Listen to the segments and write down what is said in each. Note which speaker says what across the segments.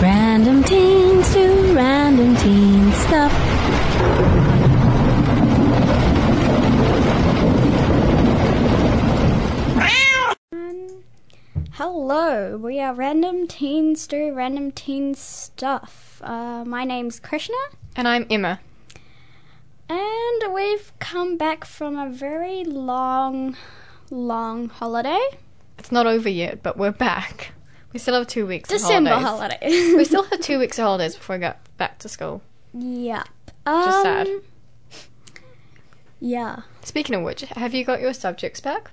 Speaker 1: Random teens do random teen stuff.
Speaker 2: Hello, we are Random Teens Do Random Teen Stuff. Uh, my name's Krishna,
Speaker 3: And I'm Emma.
Speaker 2: and we've come back from a very long, long holiday.
Speaker 3: It's not over yet, but we're back. We still have two weeks. of
Speaker 2: December
Speaker 3: holidays.
Speaker 2: holiday.
Speaker 3: We still have two weeks of holidays before we get back to school.
Speaker 2: Yep.
Speaker 3: Just sad.
Speaker 2: Um, Yeah.
Speaker 3: Speaking of which, have you got your subjects back?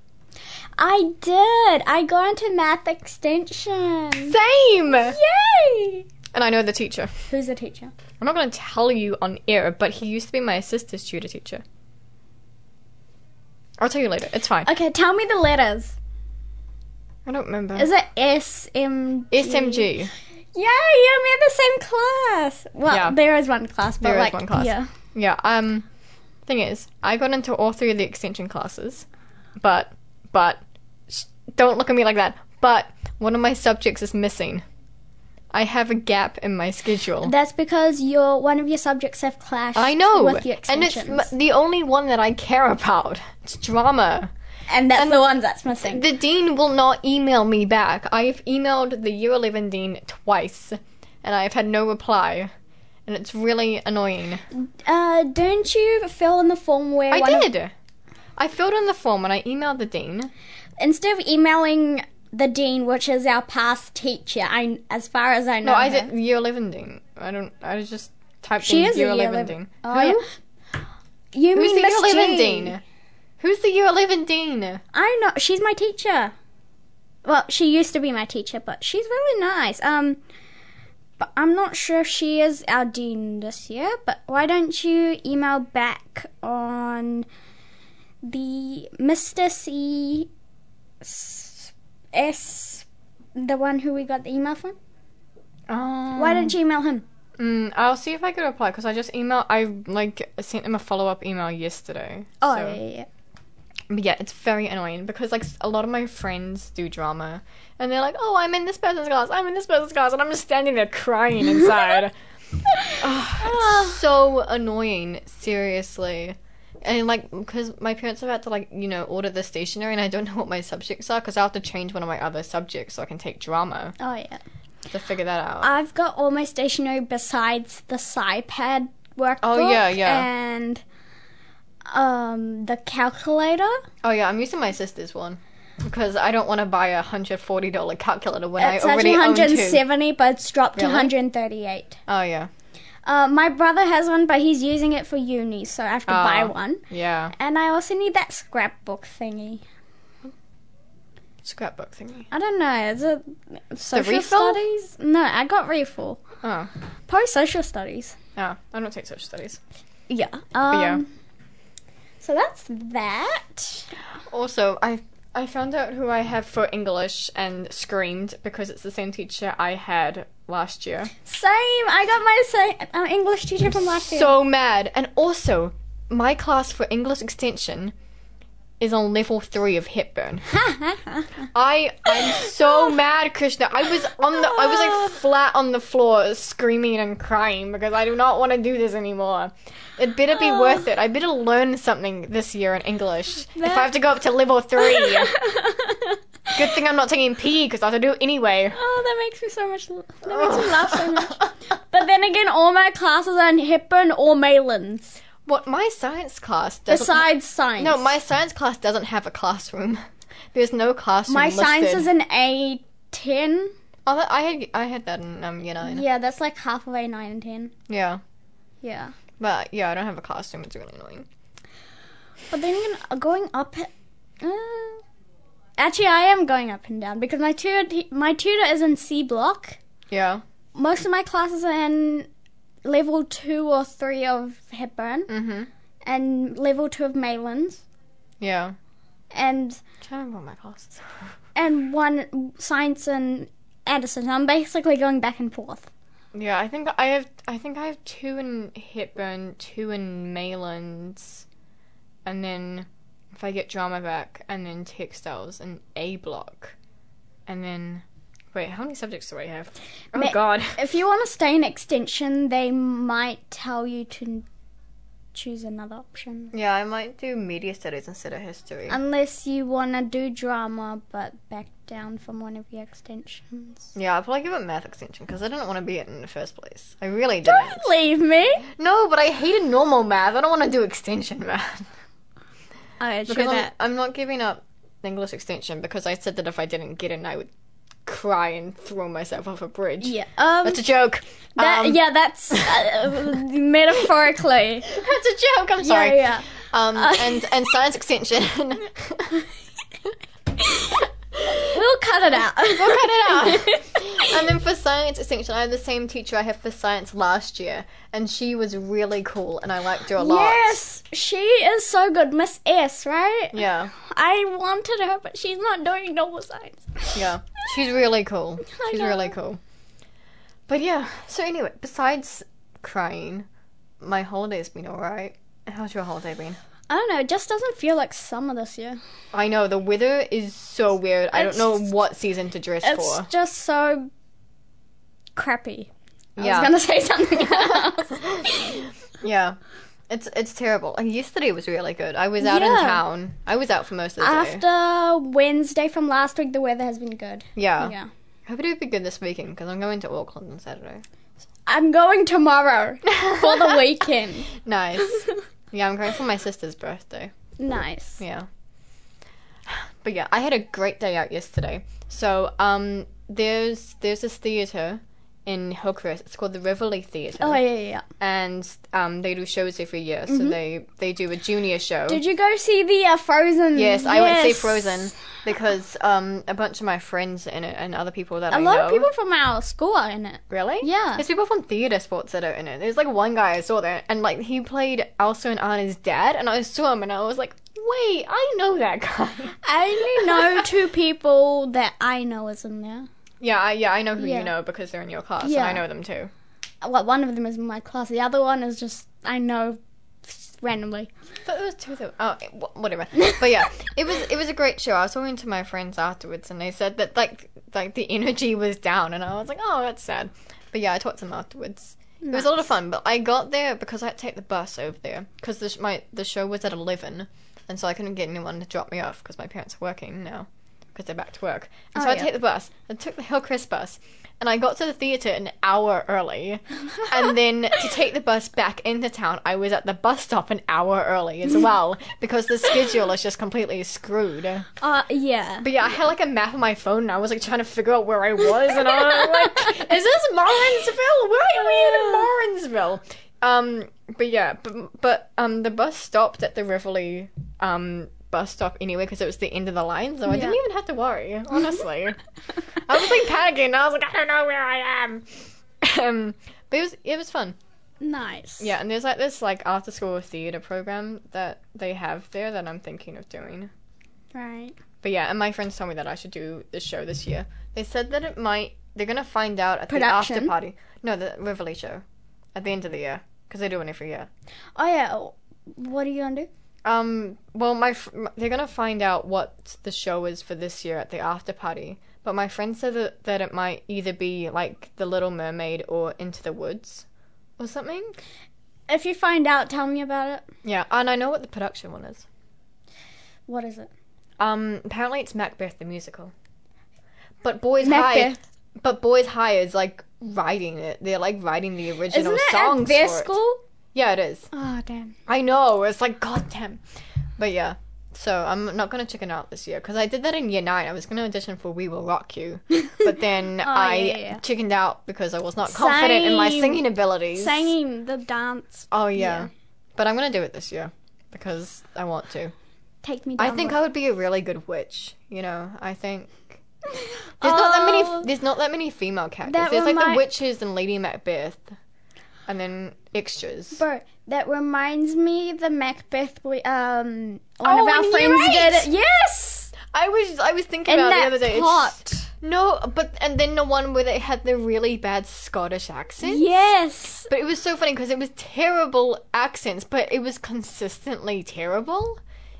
Speaker 2: I did! I got into math extension!
Speaker 3: Same.
Speaker 2: Yay!
Speaker 3: And I know the teacher.
Speaker 2: Who's the teacher?
Speaker 3: I'm not going to tell you on air, but he used to be my sister's tutor teacher. I'll tell you later. It's fine.
Speaker 2: Okay, tell me the letters.
Speaker 3: I don't remember.
Speaker 2: Is it S M
Speaker 3: SMG.
Speaker 2: Yeah, you and me are the same class. Well,
Speaker 3: Yeah.
Speaker 2: there is one class, but
Speaker 3: There is
Speaker 2: like,
Speaker 3: one class.
Speaker 2: yeah,
Speaker 3: Yeah. Um. Thing is, I got into all three of the extension classes, but but sh- don't look at me like that. But one of my subjects is missing. I have a gap in my schedule.
Speaker 2: that's because your one of your subjects have clashed.
Speaker 3: I know,
Speaker 2: with your
Speaker 3: and it's
Speaker 2: extensions, and,
Speaker 3: m- the only one that I care about. It's drama.
Speaker 2: that's the one that's missing.
Speaker 3: The dean will not email me back. I've emailed the year eleven dean twice, and I've had no reply, and it's really annoying.
Speaker 2: uh, don't you fill in the form where
Speaker 3: I
Speaker 2: one of-
Speaker 3: did. I filled in the form and I emailed the dean.
Speaker 2: instead of emailing the dean, which is our past teacher, I as far as I know,
Speaker 3: No, I
Speaker 2: her.
Speaker 3: did year eleven ding. I don't. I just typed
Speaker 2: She
Speaker 3: in
Speaker 2: is a
Speaker 3: year
Speaker 2: year
Speaker 3: eleven
Speaker 2: eleven-
Speaker 3: ding.
Speaker 2: Oh,
Speaker 3: Who?
Speaker 2: yeah. You
Speaker 3: Who's
Speaker 2: mean
Speaker 3: the
Speaker 2: Miss
Speaker 3: year eleven
Speaker 2: G.
Speaker 3: dean? Who's the year eleven dean?
Speaker 2: I know she's my teacher. Well, she used to be my teacher, but she's really nice. Um, but I'm not sure if she is our dean this year. But why don't you email back on the Mister C S, S the one who we got the email from?
Speaker 3: Um,
Speaker 2: Why don't you email him?
Speaker 3: mm, I'll see if I could reply because I just emailed. I like sent him a follow up email yesterday.
Speaker 2: Oh,
Speaker 3: so-
Speaker 2: yeah, yeah, yeah.
Speaker 3: But yeah, it's very annoying because like a lot of my friends do drama, and they're like, "Oh, I'm in this person's class. I'm in this person's class," and I'm just standing there crying inside. Ugh, it's so annoying, seriously. And like, because my parents have had to like you know order the stationery, and I don't know what my subjects are because I have to change one of my other subjects so I can take drama
Speaker 2: Oh, yeah.
Speaker 3: to figure that out.
Speaker 2: I've got all my stationery besides the SciPad workbook.
Speaker 3: Oh, yeah, yeah.
Speaker 2: And um, the calculator.
Speaker 3: oh yeah, I'm using my sister's one because I don't want to buy a hundred forty dollar calculator when
Speaker 2: it's
Speaker 3: I already
Speaker 2: actually
Speaker 3: own two.
Speaker 2: 170, but it's dropped to
Speaker 3: Really?
Speaker 2: 138.
Speaker 3: Oh yeah,
Speaker 2: Uh, my brother has one, but he's using it for uni, so I have to buy
Speaker 3: Ah.
Speaker 2: one.
Speaker 3: yeah,
Speaker 2: And I also need that scrapbook thingy.
Speaker 3: scrapbook thingy.
Speaker 2: I don't know. Is it social
Speaker 3: refill?
Speaker 2: studies? No, I got refill.
Speaker 3: Oh.
Speaker 2: Post social studies.
Speaker 3: Oh, I don't take social studies.
Speaker 2: Yeah. Um,
Speaker 3: yeah.
Speaker 2: So that's that.
Speaker 3: Also, I I found out who I have for English and screamed because it's the same teacher I had last year.
Speaker 2: Same. I got my same uh, English teacher from last year.
Speaker 3: So mad. And also, my class for English extension is on level three of Hepburn. I I'm so mad, Krishna. I was on the I was like flat on the floor screaming and crying because I do not want to do this anymore. It better be worth it. I better learn something this year in English. If I have to go up to level three. Good thing I'm not taking PE because I have to do it anyway.
Speaker 2: Oh, that makes me so much. That makes
Speaker 3: Oh.
Speaker 2: me laugh so much. But then again, all my classes are in Hepburn or Maylands,
Speaker 3: What my science class doesn't
Speaker 2: besides science.
Speaker 3: No, my science class doesn't have a classroom. There's no classroom.
Speaker 2: my science
Speaker 3: listed.
Speaker 2: is an A ten.
Speaker 3: Oh, that- I had I had that in um year nine. Yeah.
Speaker 2: Yeah, that's like half of A nine and ten. Yeah.
Speaker 3: but yeah, I don't have a classroom. It's really annoying.
Speaker 2: But then again, uh, going up. Uh, actually, I am going up and down because my tutor my tutor is in C block.
Speaker 3: Yeah,
Speaker 2: most of my classes are in level two or
Speaker 3: Mm-hmm.
Speaker 2: three of Hepburn and level two of Maylands
Speaker 3: yeah.
Speaker 2: and
Speaker 3: trying to remember my classes.
Speaker 2: and one science and Anderson. I'm basically going back and forth.
Speaker 3: Yeah, I think I have. I think I have two in Hepburn, two in Maylands, and then if I get drama back, and then textiles and A block, and then wait, how many subjects do I have? Oh
Speaker 2: Ma-
Speaker 3: God,
Speaker 2: If you want to stay in extension, they might tell you to n- choose another option.
Speaker 3: yeah, I might do media studies instead of history.
Speaker 2: Unless you want to do drama, but back down from one of your extensions.
Speaker 3: yeah, I'll probably give it math extension because I didn't want to be it in the first place. I really didn't.
Speaker 2: Leave me.
Speaker 3: No, but I hated normal math. I don't want to do extension math. Oh,
Speaker 2: I true
Speaker 3: Because I'm,
Speaker 2: that.
Speaker 3: I'm not giving up English extension because I said that if I didn't get in, I would cry and throw myself off a bridge.
Speaker 2: Yeah. Um.
Speaker 3: That's a joke.
Speaker 2: that-
Speaker 3: um,
Speaker 2: yeah. That's uh, metaphorically.
Speaker 3: That's a joke. I'm sorry.
Speaker 2: Yeah.
Speaker 3: Um, and, and science extension. we'll cut
Speaker 2: yeah. We'll cut it out.
Speaker 3: it out. and then for science extension, I had the same teacher I had for science last year, and she was really cool, and I liked her a lot.
Speaker 2: Yes, she is so good, Miss S, right?
Speaker 3: Yeah.
Speaker 2: I wanted her, but she's not doing normal science.
Speaker 3: Yeah, she's really cool. She's
Speaker 2: know.
Speaker 3: really cool. But yeah, so anyway, besides crying, my holiday's been alright. How's your holiday been?
Speaker 2: I don't know. It just doesn't feel like summer this year.
Speaker 3: I know the weather is so weird. I don't know
Speaker 2: It's-
Speaker 3: what season to dress
Speaker 2: It's
Speaker 3: for.
Speaker 2: just so crappy.
Speaker 3: yeah,
Speaker 2: I was gonna say something else.
Speaker 3: yeah, it's it's terrible. And yesterday was really good. I was out
Speaker 2: Yeah.
Speaker 3: in town. I was out for most of the day.
Speaker 2: After Wednesday from last week, the weather has been good.
Speaker 3: Yeah,
Speaker 2: Yeah.
Speaker 3: hope it would be good this weekend because I'm going to Auckland on Saturday.
Speaker 2: I'm going tomorrow for the weekend.
Speaker 3: Nice. yeah, I'm going for my sister's birthday.
Speaker 2: Nice.
Speaker 3: Yeah. But yeah, I had a great day out yesterday. So, um, there's there's this theater in Hillcrest. It's called the Rivoli Theater,
Speaker 2: Oh yeah, yeah. yeah.
Speaker 3: and um, they do shows every year. So they they do a junior show.
Speaker 2: Did you go see the uh, Frozen?
Speaker 3: yes, I went to see
Speaker 2: Yes.
Speaker 3: Frozen because um, a bunch of my friends are in it and other people that I
Speaker 2: A lot
Speaker 3: know.
Speaker 2: of people from our school are in it.
Speaker 3: Really?
Speaker 2: Yeah.
Speaker 3: There's people from theater sports that are in it. There's like one guy I saw there, and like he played Elsa and Anna's dad, and I saw him, and I was like, wait, I know that guy.
Speaker 2: I only know two people that I know is in there.
Speaker 3: Yeah, I, yeah, I know who
Speaker 2: Yeah.
Speaker 3: you know because they're in your class,
Speaker 2: Yeah.
Speaker 3: and I know them too.
Speaker 2: Well, one of them is in my class. The other one is just I know randomly.
Speaker 3: But it was two of them. Oh, it- wh- whatever. But yeah, it was it was a great show. I was talking to my friends afterwards, and they said that like like the energy was down, and I was like, oh, that's sad. But yeah, I talked to them afterwards. It was a lot of fun. But I got there because I had to take the bus over there because the sh- my the show was at eleven, and so I couldn't get anyone to drop me off because my parents are working now because they're back to work. And so I
Speaker 2: yeah.
Speaker 3: take the bus. I took the Hillcrest bus. And I got to the theatre an hour early. and then to take the bus back into town, I was at the bus stop an hour early as well because the schedule is just completely screwed. But
Speaker 2: Uh, yeah.
Speaker 3: yeah, I had like a map on my phone and I was like trying to figure out where I was. And I was like, is this Morrinsville? Why are we in Morrinsville? Um, but yeah, but, but um, the bus stopped at the Rivoli um, bus stop anyway because it was the end of the line, so I didn't
Speaker 2: Yeah.
Speaker 3: even have to worry, honestly. I was like panicking. I was like, I don't know where I am. um, but it was it was fun.
Speaker 2: Nice.
Speaker 3: Yeah, and there's like this like after school theater program that they have there that I'm thinking of doing.
Speaker 2: Right.
Speaker 3: But yeah, and my friends told me that I should do this show this year. They said that it might. They're gonna find out at the
Speaker 2: Production?
Speaker 3: after party. No, the Rivoli show at the end of the year because they do one every year.
Speaker 2: Oh yeah. What are you gonna do?
Speaker 3: Um. Well, my fr- m- they're gonna find out what the show is for this year at the after party. But my friend said that, that it might either be like The Little Mermaid or Into the Woods, or something.
Speaker 2: If you find out, tell me about it.
Speaker 3: Yeah, and I know what the production one is.
Speaker 2: What is it?
Speaker 3: Um. Apparently, it's Macbeth the musical. But Boys High.
Speaker 2: Macbeth.
Speaker 3: But Boys High is like writing it. They're like writing the
Speaker 2: Isn't
Speaker 3: original
Speaker 2: it
Speaker 3: songs
Speaker 2: at their
Speaker 3: for it.
Speaker 2: school?
Speaker 3: Yeah, it is.
Speaker 2: Oh damn.
Speaker 3: I know. It's like goddamn. But yeah. So I'm not gonna chicken out this year because I did that in year nine. I was gonna audition for We Will Rock You, but then I
Speaker 2: Oh, yeah, yeah.
Speaker 3: chickened out because I was not confident in my
Speaker 2: Same.
Speaker 3: singing abilities.
Speaker 2: Singing the dance.
Speaker 3: Oh yeah. But I'm gonna do it this year because I want to.
Speaker 2: Take me down.
Speaker 3: I think I would be a really good witch. You know. I think. There's not that many.
Speaker 2: Oh.
Speaker 3: There's not that many female characters.
Speaker 2: That
Speaker 3: there's like
Speaker 2: remind-
Speaker 3: the witches and Lady Macbeth, and then extras.
Speaker 2: Bro, that reminds me the Macbeth we um one
Speaker 3: Oh,
Speaker 2: of our
Speaker 3: and you're
Speaker 2: friends
Speaker 3: right.
Speaker 2: did it. Yes.
Speaker 3: I was I was thinking
Speaker 2: And
Speaker 3: about it the
Speaker 2: that
Speaker 3: other day.
Speaker 2: plot.
Speaker 3: It's, no, but and then the one where they had the really bad Scottish accent.
Speaker 2: Yes.
Speaker 3: But it was so funny because it was terrible accents, but it was consistently terrible.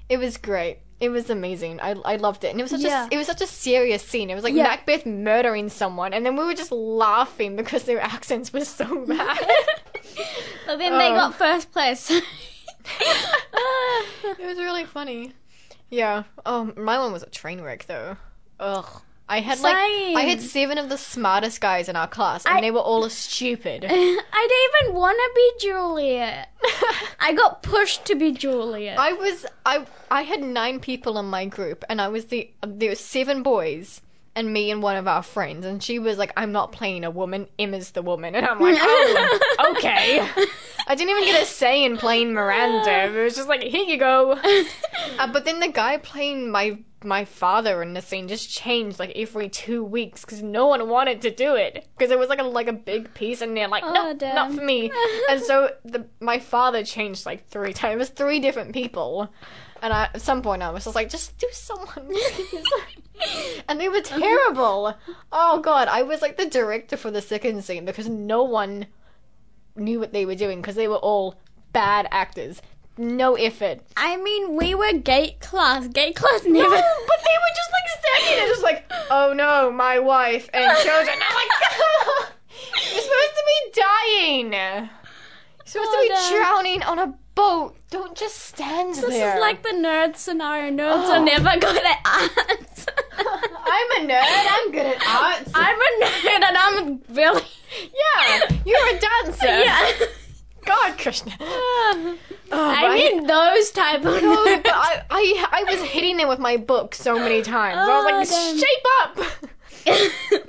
Speaker 3: It was great. It was amazing. I, I loved it, and it was such
Speaker 2: Yeah.
Speaker 3: a it was such a serious scene. It was like
Speaker 2: Yeah.
Speaker 3: Macbeth murdering someone, and then we were just laughing because their accents were so bad.
Speaker 2: But then
Speaker 3: Oh.
Speaker 2: they got first place.
Speaker 3: it was really funny. Yeah. Um, my one was a train wreck though. Ugh. I had like I had
Speaker 2: Same.
Speaker 3: seven of the smartest guys in our class, and
Speaker 2: I-
Speaker 3: they were all stupid.
Speaker 2: I didn't even want to be Juliet. I got pushed to be Juliet.
Speaker 3: I was I I had nine people in my group, and I was the there were seven boys and me and one of our friends, and she was like, "I'm not playing a woman. Emma's the woman," and I'm like, "Oh, okay." I didn't even get a say in playing Miranda. It was just like, "Here you go." Uh, but then the guy playing my my father in the scene just changed like every two weeks because no one wanted to do it because it was like a like a big piece and they're like no
Speaker 2: Oh, damn.
Speaker 3: not for me and so the my father changed like three times it was three different people and I, at some point I was just like just do someone please. and they were terrible oh god I was like the director for the second scene because no one knew what they were doing because they were all bad actors no effort
Speaker 2: I mean, we were gate class. Gate class never.
Speaker 3: but they were just like standing there, just like, oh no, my wife and children. I'm like, no! You're supposed to be dying. You're supposed to be
Speaker 2: Oh, no.
Speaker 3: drowning on a boat. Don't just stand
Speaker 2: This
Speaker 3: there.
Speaker 2: is like the nerd scenario. Nerds are never good at art.
Speaker 3: I'm a nerd. I'm good at arts.
Speaker 2: I'm a nerd and I'm really.
Speaker 3: yeah, you're a dancer.
Speaker 2: Yeah.
Speaker 3: God, Krishna. Oh,
Speaker 2: I mean those type of
Speaker 3: No,
Speaker 2: nerds.
Speaker 3: but I, I, I was hitting them with my book so many times. I was like,
Speaker 2: Oh, damn.
Speaker 3: shape up.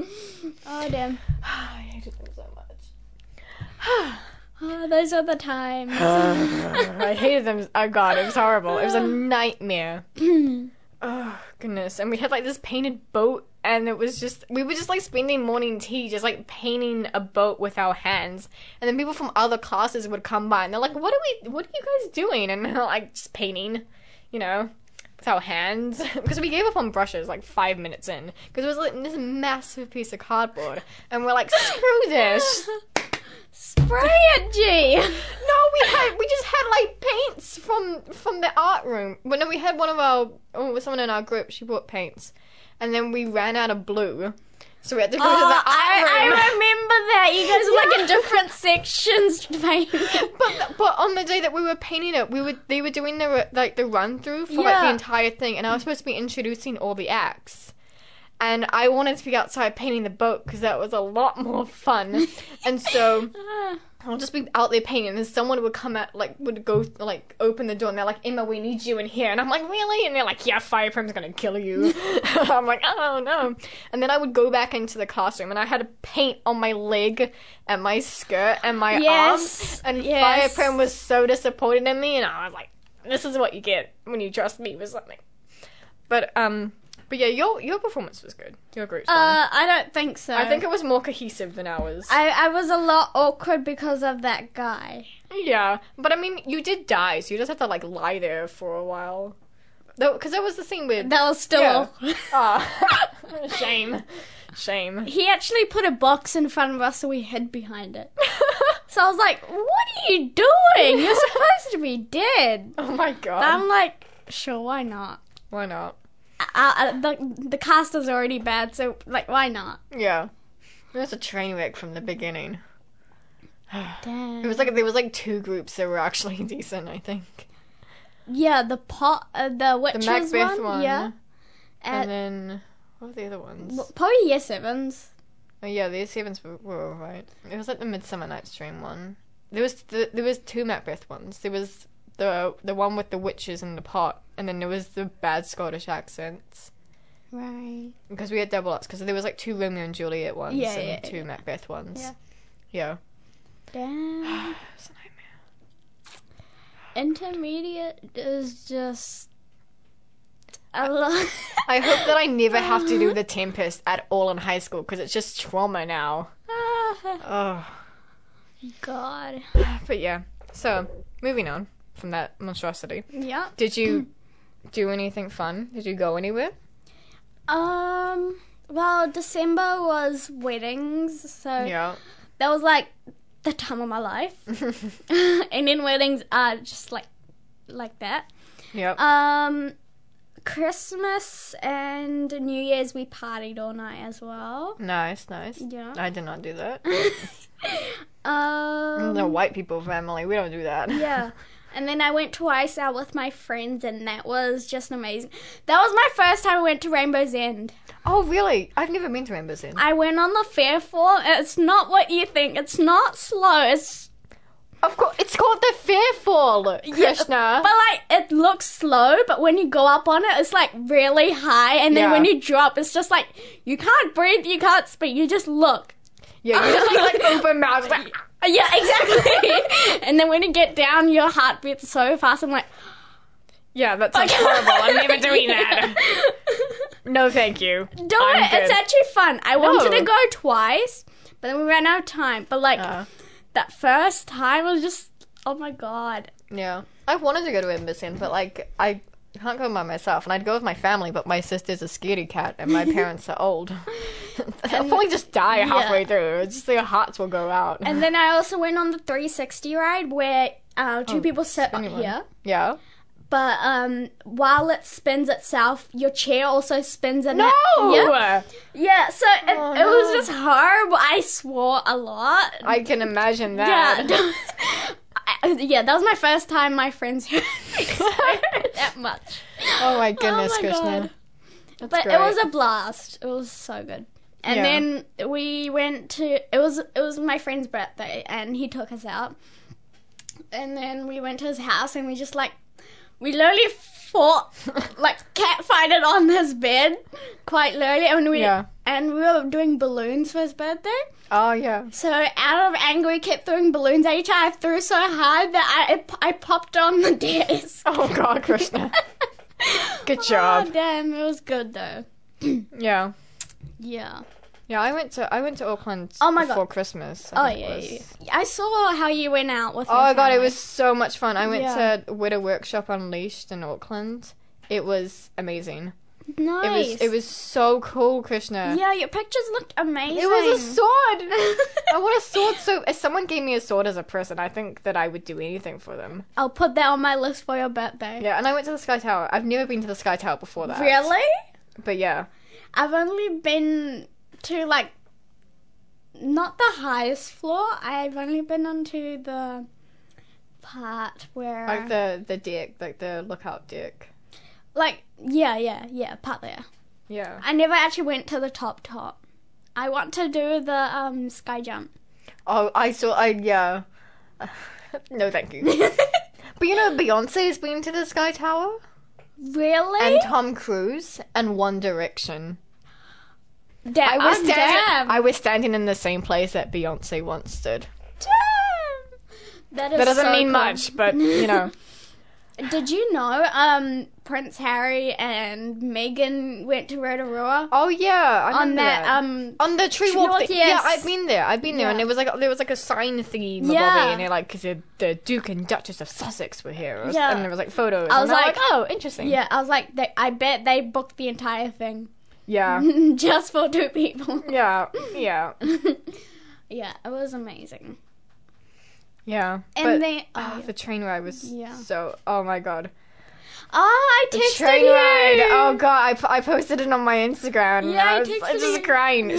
Speaker 2: Oh damn.
Speaker 3: I hated them so much.
Speaker 2: Oh, those are the times.
Speaker 3: I hated them. Oh god, it was horrible. It was a nightmare. oh goodness, and we had like this painted boat, and it was just we were just like spending morning tea, just like painting a boat with our hands, and then people from other classes would come by, and they're like, "What are we? What are you guys doing?" And they're like, "Just painting," you know. With our hands, because we gave up on brushes like five minutes in, because it was like this massive piece of cardboard, and we're like, screw this,
Speaker 2: Spray it, G.
Speaker 3: no, we had we just had like paints from from the art room. But no, we had one of our oh, it was someone in our group. She bought paints, and then we ran out of blue, so we had to go to the
Speaker 2: Oh,
Speaker 3: art
Speaker 2: I, I
Speaker 3: room.
Speaker 2: remember that. You guys were like in different sections. Painting.
Speaker 3: but but on the day that we were painting it, we were they were doing the like the run through for like the
Speaker 2: Yeah.
Speaker 3: entire thing, and I was supposed to be introducing all the acts. And I wanted to be outside painting the boat because that was a lot more fun. and so
Speaker 2: Uh-huh.
Speaker 3: I'll just be out there painting, and then someone would come out, like, would go, like, open the door, and they're like, Emma, we need you in here. And I'm like, really? And they're like, yeah, Fireprime's gonna kill you. I'm like, oh no. And then I would go back into the classroom, and I had paint on my leg and my skirt and my
Speaker 2: Yes,
Speaker 3: arm. And
Speaker 2: yes.
Speaker 3: Fireprime was so disappointed in me, and I was like, this is what you get when you trust me with something. But, um, but yeah, your your performance was good. Your group's one.
Speaker 2: Uh, I don't think so.
Speaker 3: I think it was more cohesive than ours.
Speaker 2: I, I was a lot awkward because of that guy.
Speaker 3: Yeah, but I mean, you did die, so you just have to like lie there for a while. Though, because that was the scene with
Speaker 2: That was still.
Speaker 3: Yeah.
Speaker 2: awkward.
Speaker 3: Ah, shame, shame.
Speaker 2: He actually put a box in front of us, so we hid behind it. So I was like, "What are you doing? You're supposed to be dead."
Speaker 3: oh my god,
Speaker 2: I'm like, "Sure, why not?"
Speaker 3: why not?
Speaker 2: Uh, uh, the the cast is already bad, so like, why not?
Speaker 3: Yeah, it was a train wreck from the beginning.
Speaker 2: Damn.
Speaker 3: It was like there was like two groups that were actually decent, I think.
Speaker 2: Yeah, the pot, uh, the
Speaker 3: The
Speaker 2: witches
Speaker 3: Macbeth one,
Speaker 2: one, yeah, and,
Speaker 3: and then what were the other ones?
Speaker 2: probably year sevens.
Speaker 3: Oh, yeah, the sevens were, were alright. It was like the Midsummer Night's Dream one. There was th- there was two Macbeth ones. There was the the one with the witches and the pot, and then there was the bad Scottish accents
Speaker 2: Right.
Speaker 3: because we had double ups because there was like two Romeo and Juliet ones
Speaker 2: Yeah,
Speaker 3: and
Speaker 2: yeah,
Speaker 3: two Macbeth ones.
Speaker 2: Yeah.
Speaker 3: yeah.
Speaker 2: Damn.
Speaker 3: It was a nightmare.
Speaker 2: Intermediate is just a lot.
Speaker 3: I hope that I never have to do the Tempest at all in high school because it's just trauma now.
Speaker 2: I.
Speaker 3: Oh,
Speaker 2: Oh, God.
Speaker 3: But yeah. So moving on from that monstrosity.
Speaker 2: Yep.
Speaker 3: Did you do anything fun? Did you go anywhere?
Speaker 2: Um. Well, December was weddings, so
Speaker 3: Yeah.
Speaker 2: that was like the time of my life. and then weddings are just like like that.
Speaker 3: Yep.
Speaker 2: Um, Christmas and New Year's we partied all night as well.
Speaker 3: nice, nice.
Speaker 2: Yeah.
Speaker 3: I did not do that.
Speaker 2: Um,
Speaker 3: the white people family, we don't do that.
Speaker 2: yeah. And then I went twice out with my friends, and that was just amazing. That was my first time I went to Rainbow's End.
Speaker 3: Oh really? I've never been to Rainbow's End.
Speaker 2: I went on the fair form. and It's not what you think. It's not slow. It's
Speaker 3: Of course, it's called the Fearful, Krishna.
Speaker 2: but like it looks slow. But when you go up on it, it's like really high, and then
Speaker 3: Yeah.
Speaker 2: when you drop, it's just like you can't breathe, you can't speak, you just look.
Speaker 3: yeah, you just like, like open mouth. Like,
Speaker 2: Yeah, exactly. and then when you get down, your heart beats so fast. I'm like,
Speaker 3: yeah, that sounds horrible. I'm never doing that. No, thank you.
Speaker 2: do
Speaker 3: I'm
Speaker 2: it. It's
Speaker 3: good.
Speaker 2: actually fun. I wanted
Speaker 3: No.
Speaker 2: to go twice, but then we ran out of time. But like
Speaker 3: Uh.
Speaker 2: that first time was just, oh my god.
Speaker 3: Yeah, I wanted to go to Rainbow's End, but like I can't go by myself, and I'd go with my family, but my sister's a scaredy cat, and my parents are old. They'll probably just die halfway through. It's just their hearts will go out.
Speaker 2: And then I also went on the 360 ride where uh,
Speaker 3: Oh,
Speaker 2: two people sit up
Speaker 3: anyone.
Speaker 2: here.
Speaker 3: yeah.
Speaker 2: But um, while it spins itself, your chair also spins in
Speaker 3: No. Oh,
Speaker 2: it. Yeah. Yeah, so it, it was
Speaker 3: no.
Speaker 2: just horrible. I swore a lot.
Speaker 3: I can imagine that.
Speaker 2: yeah, I- yeah, that was my first time my friends heard me swear that much.
Speaker 3: Oh my goodness,
Speaker 2: my
Speaker 3: Krishna.
Speaker 2: God. But
Speaker 3: great.
Speaker 2: it was a blast. It was so good. And
Speaker 3: Yeah.
Speaker 2: then we went to it was it was my friend's birthday and he took us out. And then we went to his house and we just like we literally fought like cat fighted on his bed quite literally and we
Speaker 3: Yeah.
Speaker 2: and we were doing balloons for his birthday.
Speaker 3: Oh yeah.
Speaker 2: So out of anger, we kept throwing balloons at each other. I threw so hard that I it, I popped on the desk.
Speaker 3: Oh God, Krishna. Good job.
Speaker 2: Oh damn, it was good though.
Speaker 3: Yeah.
Speaker 2: Yeah.
Speaker 3: Yeah, I went to I went to Auckland
Speaker 2: Oh my God.
Speaker 3: before Christmas.
Speaker 2: Oh
Speaker 3: I think it
Speaker 2: yeah,
Speaker 3: was.
Speaker 2: yeah, yeah. I saw how you went out with.
Speaker 3: Oh my god, it was so much fun. I went
Speaker 2: Yeah.
Speaker 3: to Widow Workshop Unleashed in Auckland. It was amazing.
Speaker 2: nice.
Speaker 3: It was it was so cool, Krishna.
Speaker 2: Yeah, your pictures looked amazing.
Speaker 3: It was a sword. I want a sword. So if someone gave me a sword as a present, I think that I would do anything for them.
Speaker 2: I'll put that on my list for your birthday.
Speaker 3: Yeah, and I went to the Sky Tower. I've never been to the Sky Tower before that.
Speaker 2: Really?
Speaker 3: But yeah,
Speaker 2: I've only been to like not the highest floor. I've only been onto the part where
Speaker 3: like the the deck, like the lookout deck.
Speaker 2: like yeah yeah yeah part there
Speaker 3: Yeah.
Speaker 2: i never actually went to the top top i want to do the um sky jump
Speaker 3: Oh, I saw. I yeah. no, thank you. but you know, Beyonce has been to the Sky Tower.
Speaker 2: really
Speaker 3: and Tom Cruise and One Direction.
Speaker 2: Da-
Speaker 3: I was
Speaker 2: I'm
Speaker 3: standing.
Speaker 2: damn.
Speaker 3: I was standing in the same place that Beyonce once stood.
Speaker 2: Damn. that is
Speaker 3: That doesn't
Speaker 2: so
Speaker 3: mean
Speaker 2: cool.
Speaker 3: much, but you know.
Speaker 2: did you know um prince harry and megan went to rotorua
Speaker 3: oh yeah, I
Speaker 2: on
Speaker 3: remember
Speaker 2: that um
Speaker 3: on the tree
Speaker 2: Tree
Speaker 3: walk.
Speaker 2: walk,
Speaker 3: thi-
Speaker 2: yes.
Speaker 3: Yeah, I've been there. I've been there, and
Speaker 2: Yeah.
Speaker 3: it was like there was like a sign theme above
Speaker 2: Yeah.
Speaker 3: it, and they're like because the, the Duke and Duchess of Sussex were here, or-
Speaker 2: Yeah.
Speaker 3: and there was like photos.
Speaker 2: I
Speaker 3: and
Speaker 2: was
Speaker 3: I'm
Speaker 2: like-
Speaker 3: oh, interesting.
Speaker 2: yeah i was like they, i bet they booked the entire thing
Speaker 3: yeah,
Speaker 2: just for two people
Speaker 3: yeah, yeah,
Speaker 2: yeah it was amazing
Speaker 3: yeah.
Speaker 2: and
Speaker 3: but,
Speaker 2: they
Speaker 3: oh, the train ride was
Speaker 2: Yeah.
Speaker 3: so. Oh my god.
Speaker 2: oh i
Speaker 3: The
Speaker 2: texted
Speaker 3: train
Speaker 2: you
Speaker 3: ride. Oh god, I, po- I posted it on my Instagram.
Speaker 2: Yeah, I
Speaker 3: I was I
Speaker 2: texted
Speaker 3: was just
Speaker 2: you.
Speaker 3: crying.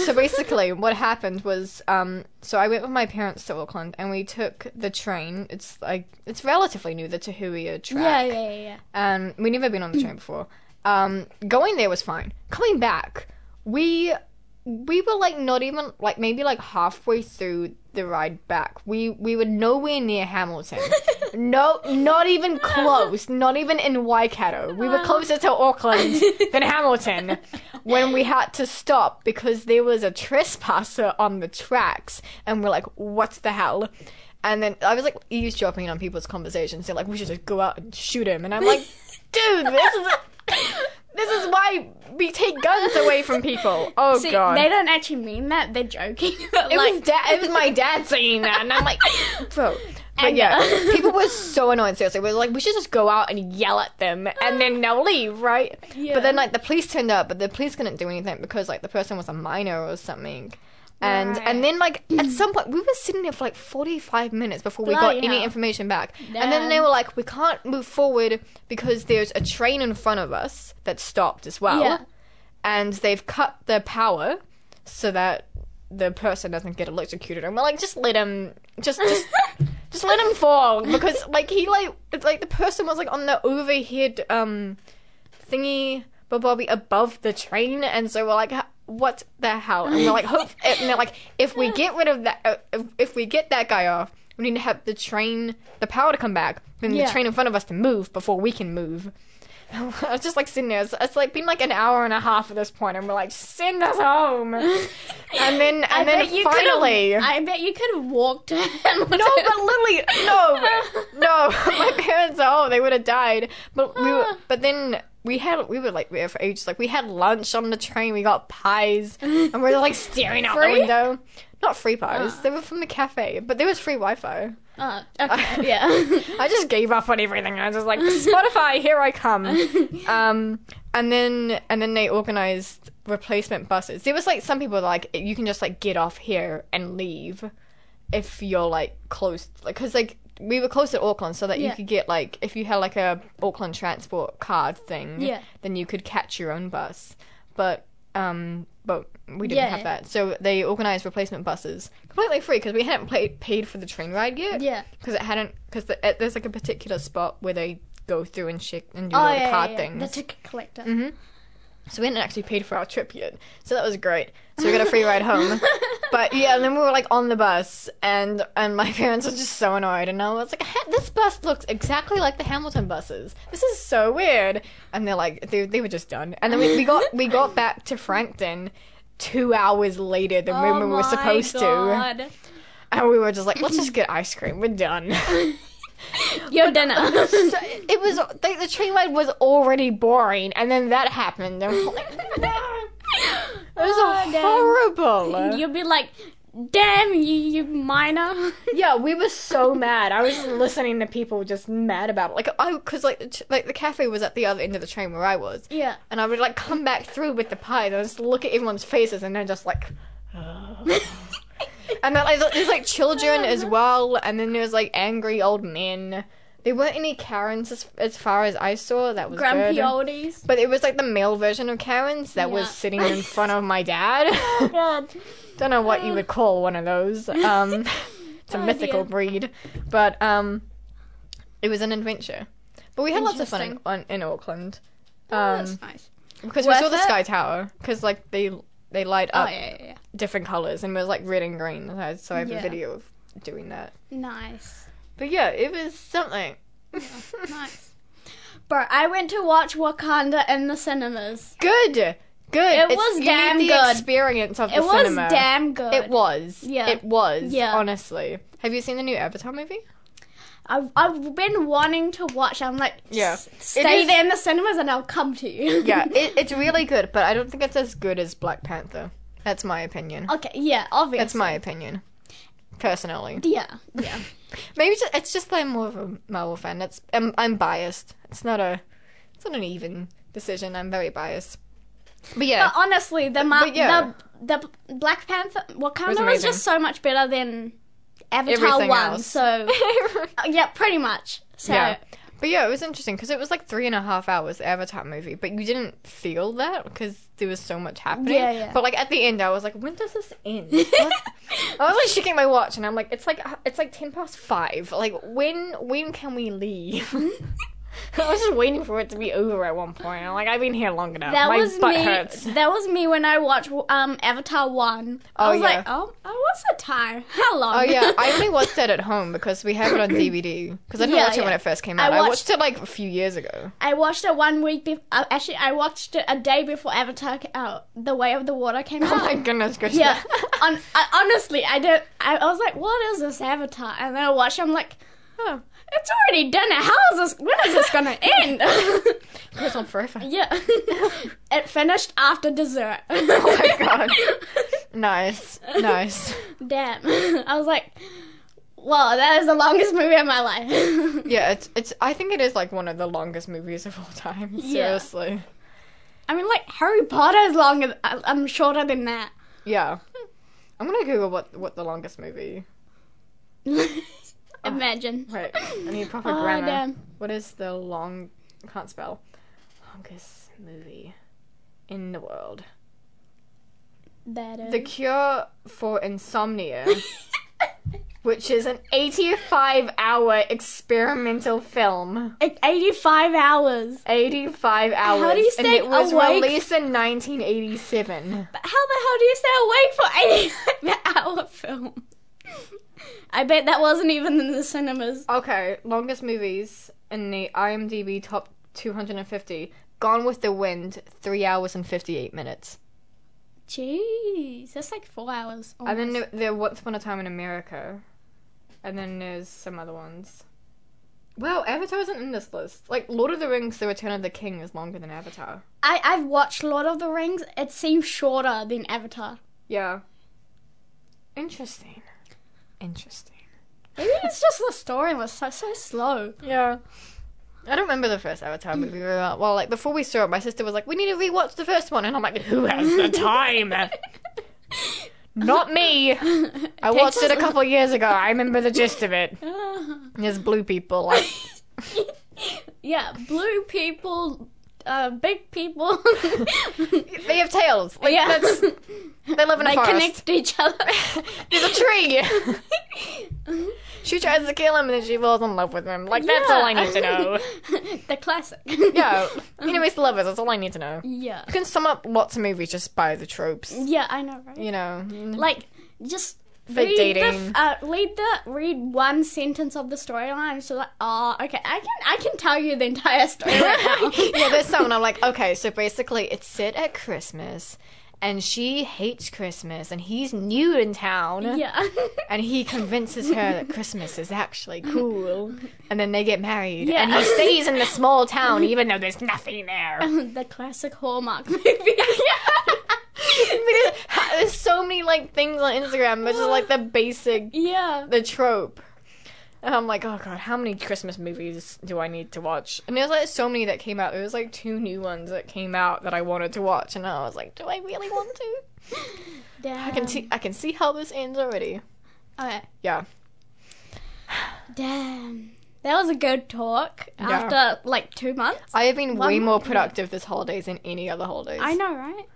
Speaker 3: So basically, what happened was, um, so I went with my parents to Auckland, and we took the train. It's like it's relatively new, the Tahuia
Speaker 2: yeah
Speaker 3: track.
Speaker 2: yeah yeah, yeah.
Speaker 3: Um, we never been on the train before. Um, going there was fine. Coming back, we we were like not even like maybe like halfway through the ride back. We we were nowhere near Hamilton. no, not even close. Not even in Waikato. We were closer to Auckland than Hamilton when we had to stop because there was a trespasser on the tracks, and we're like, what the hell? And then I was like eavesdropping on people's conversations. They're like, we should just go out and shoot him. And I'm like, dude, this is This is why we take guns away from people. Oh
Speaker 2: See,
Speaker 3: god.
Speaker 2: they don't actually mean that. They're joking.
Speaker 3: it
Speaker 2: like,
Speaker 3: was da- it was my dad saying that, and I'm like, uh, bro. But
Speaker 2: And-
Speaker 3: yeah, people were so annoyed. Seriously, we were like, we should just go out and yell at them, and then they'll leave, right? But then like the police turned up, but the police couldn't do anything because like the person was a minor or something. And and then like at some point we were sitting there for like forty five minutes before we got
Speaker 2: Bloody
Speaker 3: any
Speaker 2: hell.
Speaker 3: information back. And then they
Speaker 2: Damn.
Speaker 3: were like, we can't move forward because there's a train in front of us that stopped as well,
Speaker 2: Yeah.
Speaker 3: and they've cut their power so that the person doesn't get electrocuted. And we're like, just let him, just, just, just let him fall because like he like it's like the person was like on the overhead um thingy, but Bobby above the train, and so we're like. "H- What the hell? And we're like, hope, and they're like, if we get rid of that, uh, if, if we get that guy off, we need to have the train, the power to come back, then
Speaker 2: Yeah.
Speaker 3: the train in front of us to move before we can move. I was just like sitting there. It's, it's like been like an hour and a half at this point, and we're like, send us home. And then, and
Speaker 2: I
Speaker 3: then
Speaker 2: bet you could've-
Speaker 3: finally,
Speaker 2: I bet you could have walked him.
Speaker 3: no, but literally, no, no. My parents, oh, they would have died. But we, were, but then we had, we were like there for ages. Like we had lunch on the train. We got pies, and we were like staring out the
Speaker 2: Free?
Speaker 3: window. Not free pies. They were from the cafe, but there was free Wi-Fi.
Speaker 2: Oh, okay, yeah.
Speaker 3: I just gave up on everything. I was just like, Spotify, here I come. Um, and then and then they organized replacement buses. There was like some people like you can just like get off here and leave if you're like close, like because like we were close to Auckland, so that you
Speaker 2: Yeah.
Speaker 3: could get like if you had like a Auckland transport card thing,
Speaker 2: Yeah.
Speaker 3: then you could catch your own bus. But um, but we didn't
Speaker 2: Yeah.
Speaker 3: have that, so they organized replacement buses completely free because we hadn't pla paid for the train ride yet
Speaker 2: Yeah.
Speaker 3: because it hadn't because the, it- there's like a particular spot where they go through and shake and do
Speaker 2: Oh,
Speaker 3: all
Speaker 2: yeah,
Speaker 3: the
Speaker 2: yeah,
Speaker 3: card
Speaker 2: yeah.
Speaker 3: things. Mm-hmm.
Speaker 2: The ticket collector.
Speaker 3: so we hadn't actually paid for our trip yet, so that was great. So we got a free ride home. But yeah, and then we were like on the bus, and and my parents were just so annoyed, and I was like, "Ha- "This bus looks exactly like the Hamilton buses. This is so weird." And they're like, they, they were just done. And then we, we got we got back to Frankton two hours later
Speaker 2: Oh
Speaker 3: than when we were supposed to, and we were just like, "Let's just get ice cream. We're done."
Speaker 2: to. Your dinner.
Speaker 3: So it was like the train ride was already boring, and then that happened. And I'm like, it was
Speaker 2: Oh, damn.
Speaker 3: horrible.
Speaker 2: You'll be like, damn you, you minor.
Speaker 3: Yeah, we were so mad. I was just listening to people just mad about it. Like I, because like the t- like the cafe was at the other end of the train where I was.
Speaker 2: Yeah.
Speaker 3: And I would like come back through with the pie, and I just look at everyone's faces, and they're just like. and then like, there's like children as well, and then there's like angry old men. There weren't any Karens as, as far as I saw. That was
Speaker 2: Grumpy
Speaker 3: good.
Speaker 2: oldies.
Speaker 3: But it was like the male version of Karen's that
Speaker 2: Yeah. Oh,
Speaker 3: was sitting in front of my dad.
Speaker 2: God. Um,
Speaker 3: Don't know what you would call one of those. Um, it's a mythical breed, but um, it was an adventure. But we had lots of fun in, on, in Auckland
Speaker 2: Oh, That's
Speaker 3: um,
Speaker 2: nice.
Speaker 3: because we
Speaker 2: Worth
Speaker 3: saw the
Speaker 2: it?
Speaker 3: Sky Tower because like they they light
Speaker 2: Oh,
Speaker 3: up
Speaker 2: yeah, yeah, yeah.
Speaker 3: different colors and it was like red and green. and I- So I have a
Speaker 2: Yeah.
Speaker 3: video of doing that.
Speaker 2: Nice.
Speaker 3: But yeah, it was something.
Speaker 2: Nice. Bro, I went to watch Wakanda in the cinemas.
Speaker 3: Good, good. It
Speaker 2: was
Speaker 3: you need
Speaker 2: damn
Speaker 3: the
Speaker 2: good.
Speaker 3: Experience of the
Speaker 2: It was
Speaker 3: cinema.
Speaker 2: damn good.
Speaker 3: It was.
Speaker 2: Yeah.
Speaker 3: It was.
Speaker 2: Yeah.
Speaker 3: Honestly. Have you seen the new Avatar movie?
Speaker 2: I've, I've been wanting to watch. I'm like,
Speaker 3: Yeah.
Speaker 2: s-
Speaker 3: It
Speaker 2: stay
Speaker 3: is-
Speaker 2: there in the cinemas and I'll come to you.
Speaker 3: Yeah. it, it's really good, but I don't think it's as good as Black Panther. That's my opinion.
Speaker 2: okay, yeah, obviously.
Speaker 3: That's my opinion. Personally.
Speaker 2: Yeah, yeah.
Speaker 3: Maybe ju- it's just that I'm more of a Marvel fan. That's I'm, I'm biased. It's not a it's not an even decision. I'm very biased. But yeah.
Speaker 2: But honestly, the, Mar-
Speaker 3: But yeah.
Speaker 2: the the Black Panther Wakanda was,
Speaker 3: amazing.
Speaker 2: just so much better than Avatar
Speaker 3: Everything
Speaker 2: One.
Speaker 3: else.
Speaker 2: So uh, yeah, pretty much. So
Speaker 3: yeah. But yeah, it was interesting because it was like three and a half hours the Avatar movie, but you didn't feel that because there was so much happening.
Speaker 2: Yeah, yeah.
Speaker 3: But like at the end, I was like, when does this end? What? I was like checking my watch, and I'm like, it's like uh, it's like ten past five. Like when when can we leave?
Speaker 2: Hmm?
Speaker 3: I was just waiting for it to be over at one point. I'm like, I've been here long enough.
Speaker 2: that
Speaker 3: my
Speaker 2: was
Speaker 3: butt
Speaker 2: me.
Speaker 3: hurts.
Speaker 2: That was me when I watched um Avatar One.
Speaker 3: Oh,
Speaker 2: I was
Speaker 3: yeah.
Speaker 2: like, oh, oh, what's the time? How long?
Speaker 3: Oh yeah, I only watched that at home because we have it on DVD. Because I didn't
Speaker 2: Yeah,
Speaker 3: watch it when
Speaker 2: yeah.
Speaker 3: it first came
Speaker 2: I
Speaker 3: out. I watched,
Speaker 2: watched-
Speaker 3: it like a few years ago.
Speaker 2: I watched it one week. Be- uh, actually, I watched it a day before Avatar, ca- uh, The Way of the Water came
Speaker 3: Oh
Speaker 2: out.
Speaker 3: my goodness gracious!
Speaker 2: yeah. On, I, honestly, I don't. I, I was like, "What is this Avatar?" And then I watched. it, I'm like,
Speaker 3: Oh.
Speaker 2: It's already done. How is this? When is this gonna end?
Speaker 3: Goes on forever.
Speaker 2: yeah. it finished after dessert.
Speaker 3: Oh my god. Nice. Nice.
Speaker 2: Damn. I was like, well, that is the longest movie of my life.
Speaker 3: Yeah, it's it's I think it is like one of the longest movies of all time.
Speaker 2: Yeah.
Speaker 3: Seriously.
Speaker 2: I mean, like Harry Potter is longer. I- I'm shorter than that.
Speaker 3: Yeah. I'm gonna Google what what the longest movie.
Speaker 2: Imagine.
Speaker 3: Wait, I need proper
Speaker 2: Oh,
Speaker 3: Oh. grammar.
Speaker 2: damn.
Speaker 3: What is the long can't spell. Longest movie in the world.
Speaker 2: That is.
Speaker 3: The cure for insomnia, which is an 85 hour experimental film.
Speaker 2: It's 85 hours.
Speaker 3: 85 hours.
Speaker 2: do you
Speaker 3: and
Speaker 2: stay
Speaker 3: it was
Speaker 2: awake?
Speaker 3: released in 1987.
Speaker 2: But how the hell do you stay awake for 85 hour film? I bet that wasn't even in the cinemas.
Speaker 3: Okay, longest movies in the IMDb top 250. Gone with the Wind, 3 hours and 58 minutes.
Speaker 2: Jeez, that's like four hours.
Speaker 3: And then
Speaker 2: almost.
Speaker 3: there- there Once Upon a Time in America. And then there's some other ones. Well, Avatar isn't in this list. Like, Lord of the Rings, The Return of the King is longer than Avatar.
Speaker 2: I I've watched Lord of the Rings. It seems shorter than Avatar.
Speaker 3: Yeah. Interesting. Interesting.
Speaker 2: Maybe it's just the story was so so slow.
Speaker 3: Yeah. I don't remember the first Avatar movie very well. Well, like before we saw it, my sister was like, "We need to rewatch the first one," and I'm like, "Who has the time?" Not me. I watched it a couple years ago. I remember the gist of it. There's blue people. Like,
Speaker 2: yeah, blue people, uh, big people.
Speaker 3: they have tails. Like,
Speaker 2: yeah,
Speaker 3: that's- they live in a
Speaker 2: they
Speaker 3: forest.
Speaker 2: connect to each other.
Speaker 3: There's a tree. she tries to kill him, and then she falls in love with him. Like that's all I need to know.
Speaker 2: the classic.
Speaker 3: Yeah. Anyways, lovers. That's all I need to know. You
Speaker 2: yeah,
Speaker 3: can sum up lots of movies just by the tropes.
Speaker 2: yeah. I know, right?
Speaker 3: You know.
Speaker 2: Like, just
Speaker 3: Fake
Speaker 2: read
Speaker 3: dating.
Speaker 2: The, f- uh, read the read one sentence of the storyline. So like, oh, okay, I can I can tell you the entire story. right now.
Speaker 3: yeah, there's someone I'm like, okay, so basically it's set at Christmas and she hates Christmas and he's new in town
Speaker 2: yeah,
Speaker 3: and he convinces her that Christmas is actually cool and then they get married
Speaker 2: Yeah.
Speaker 3: and he stays in the small town even though there's nothing there.
Speaker 2: the classic Hallmark movie. yeah.
Speaker 3: Because there's so many like things on Instagram which is like the basic
Speaker 2: Yeah.
Speaker 3: the trope. And I'm like, oh god, how many Christmas movies do I need to watch? And there's like so many that came out. There was like two new ones that came out that I wanted to watch, and I was like, do I really want to?
Speaker 2: Damn.
Speaker 3: I can see, I can see how this ends already.
Speaker 2: Okay.
Speaker 3: Yeah,
Speaker 2: Damn. That was a good talk
Speaker 3: Yeah.
Speaker 2: after like two months.
Speaker 3: I have been
Speaker 2: One
Speaker 3: way more
Speaker 2: month, yeah.
Speaker 3: productive this holidays than any other holidays.
Speaker 2: I know, right?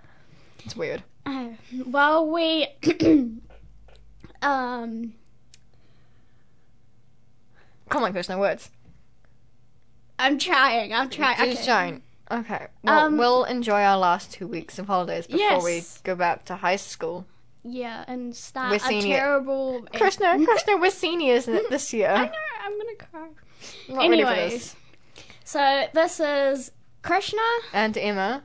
Speaker 3: it's weird.
Speaker 2: Oh, well, we um
Speaker 3: Come on, Krishna, words.
Speaker 2: I'm trying. I'm trying.
Speaker 3: Just
Speaker 2: Okay.
Speaker 3: giant. Okay. Well,
Speaker 2: Um,
Speaker 3: we'll enjoy our last two weeks of holidays before we
Speaker 2: Yes.
Speaker 3: go back to high school.
Speaker 2: Yeah, and start
Speaker 3: We're
Speaker 2: a
Speaker 3: seeing it.
Speaker 2: terrible.
Speaker 3: Krishna, Krishna, we're seniors this year.
Speaker 2: Eh, Mm-hmm. I know. I'm gonna cry.
Speaker 3: Not ready for this.
Speaker 2: Anyways, so this is Krishna
Speaker 3: and Emma.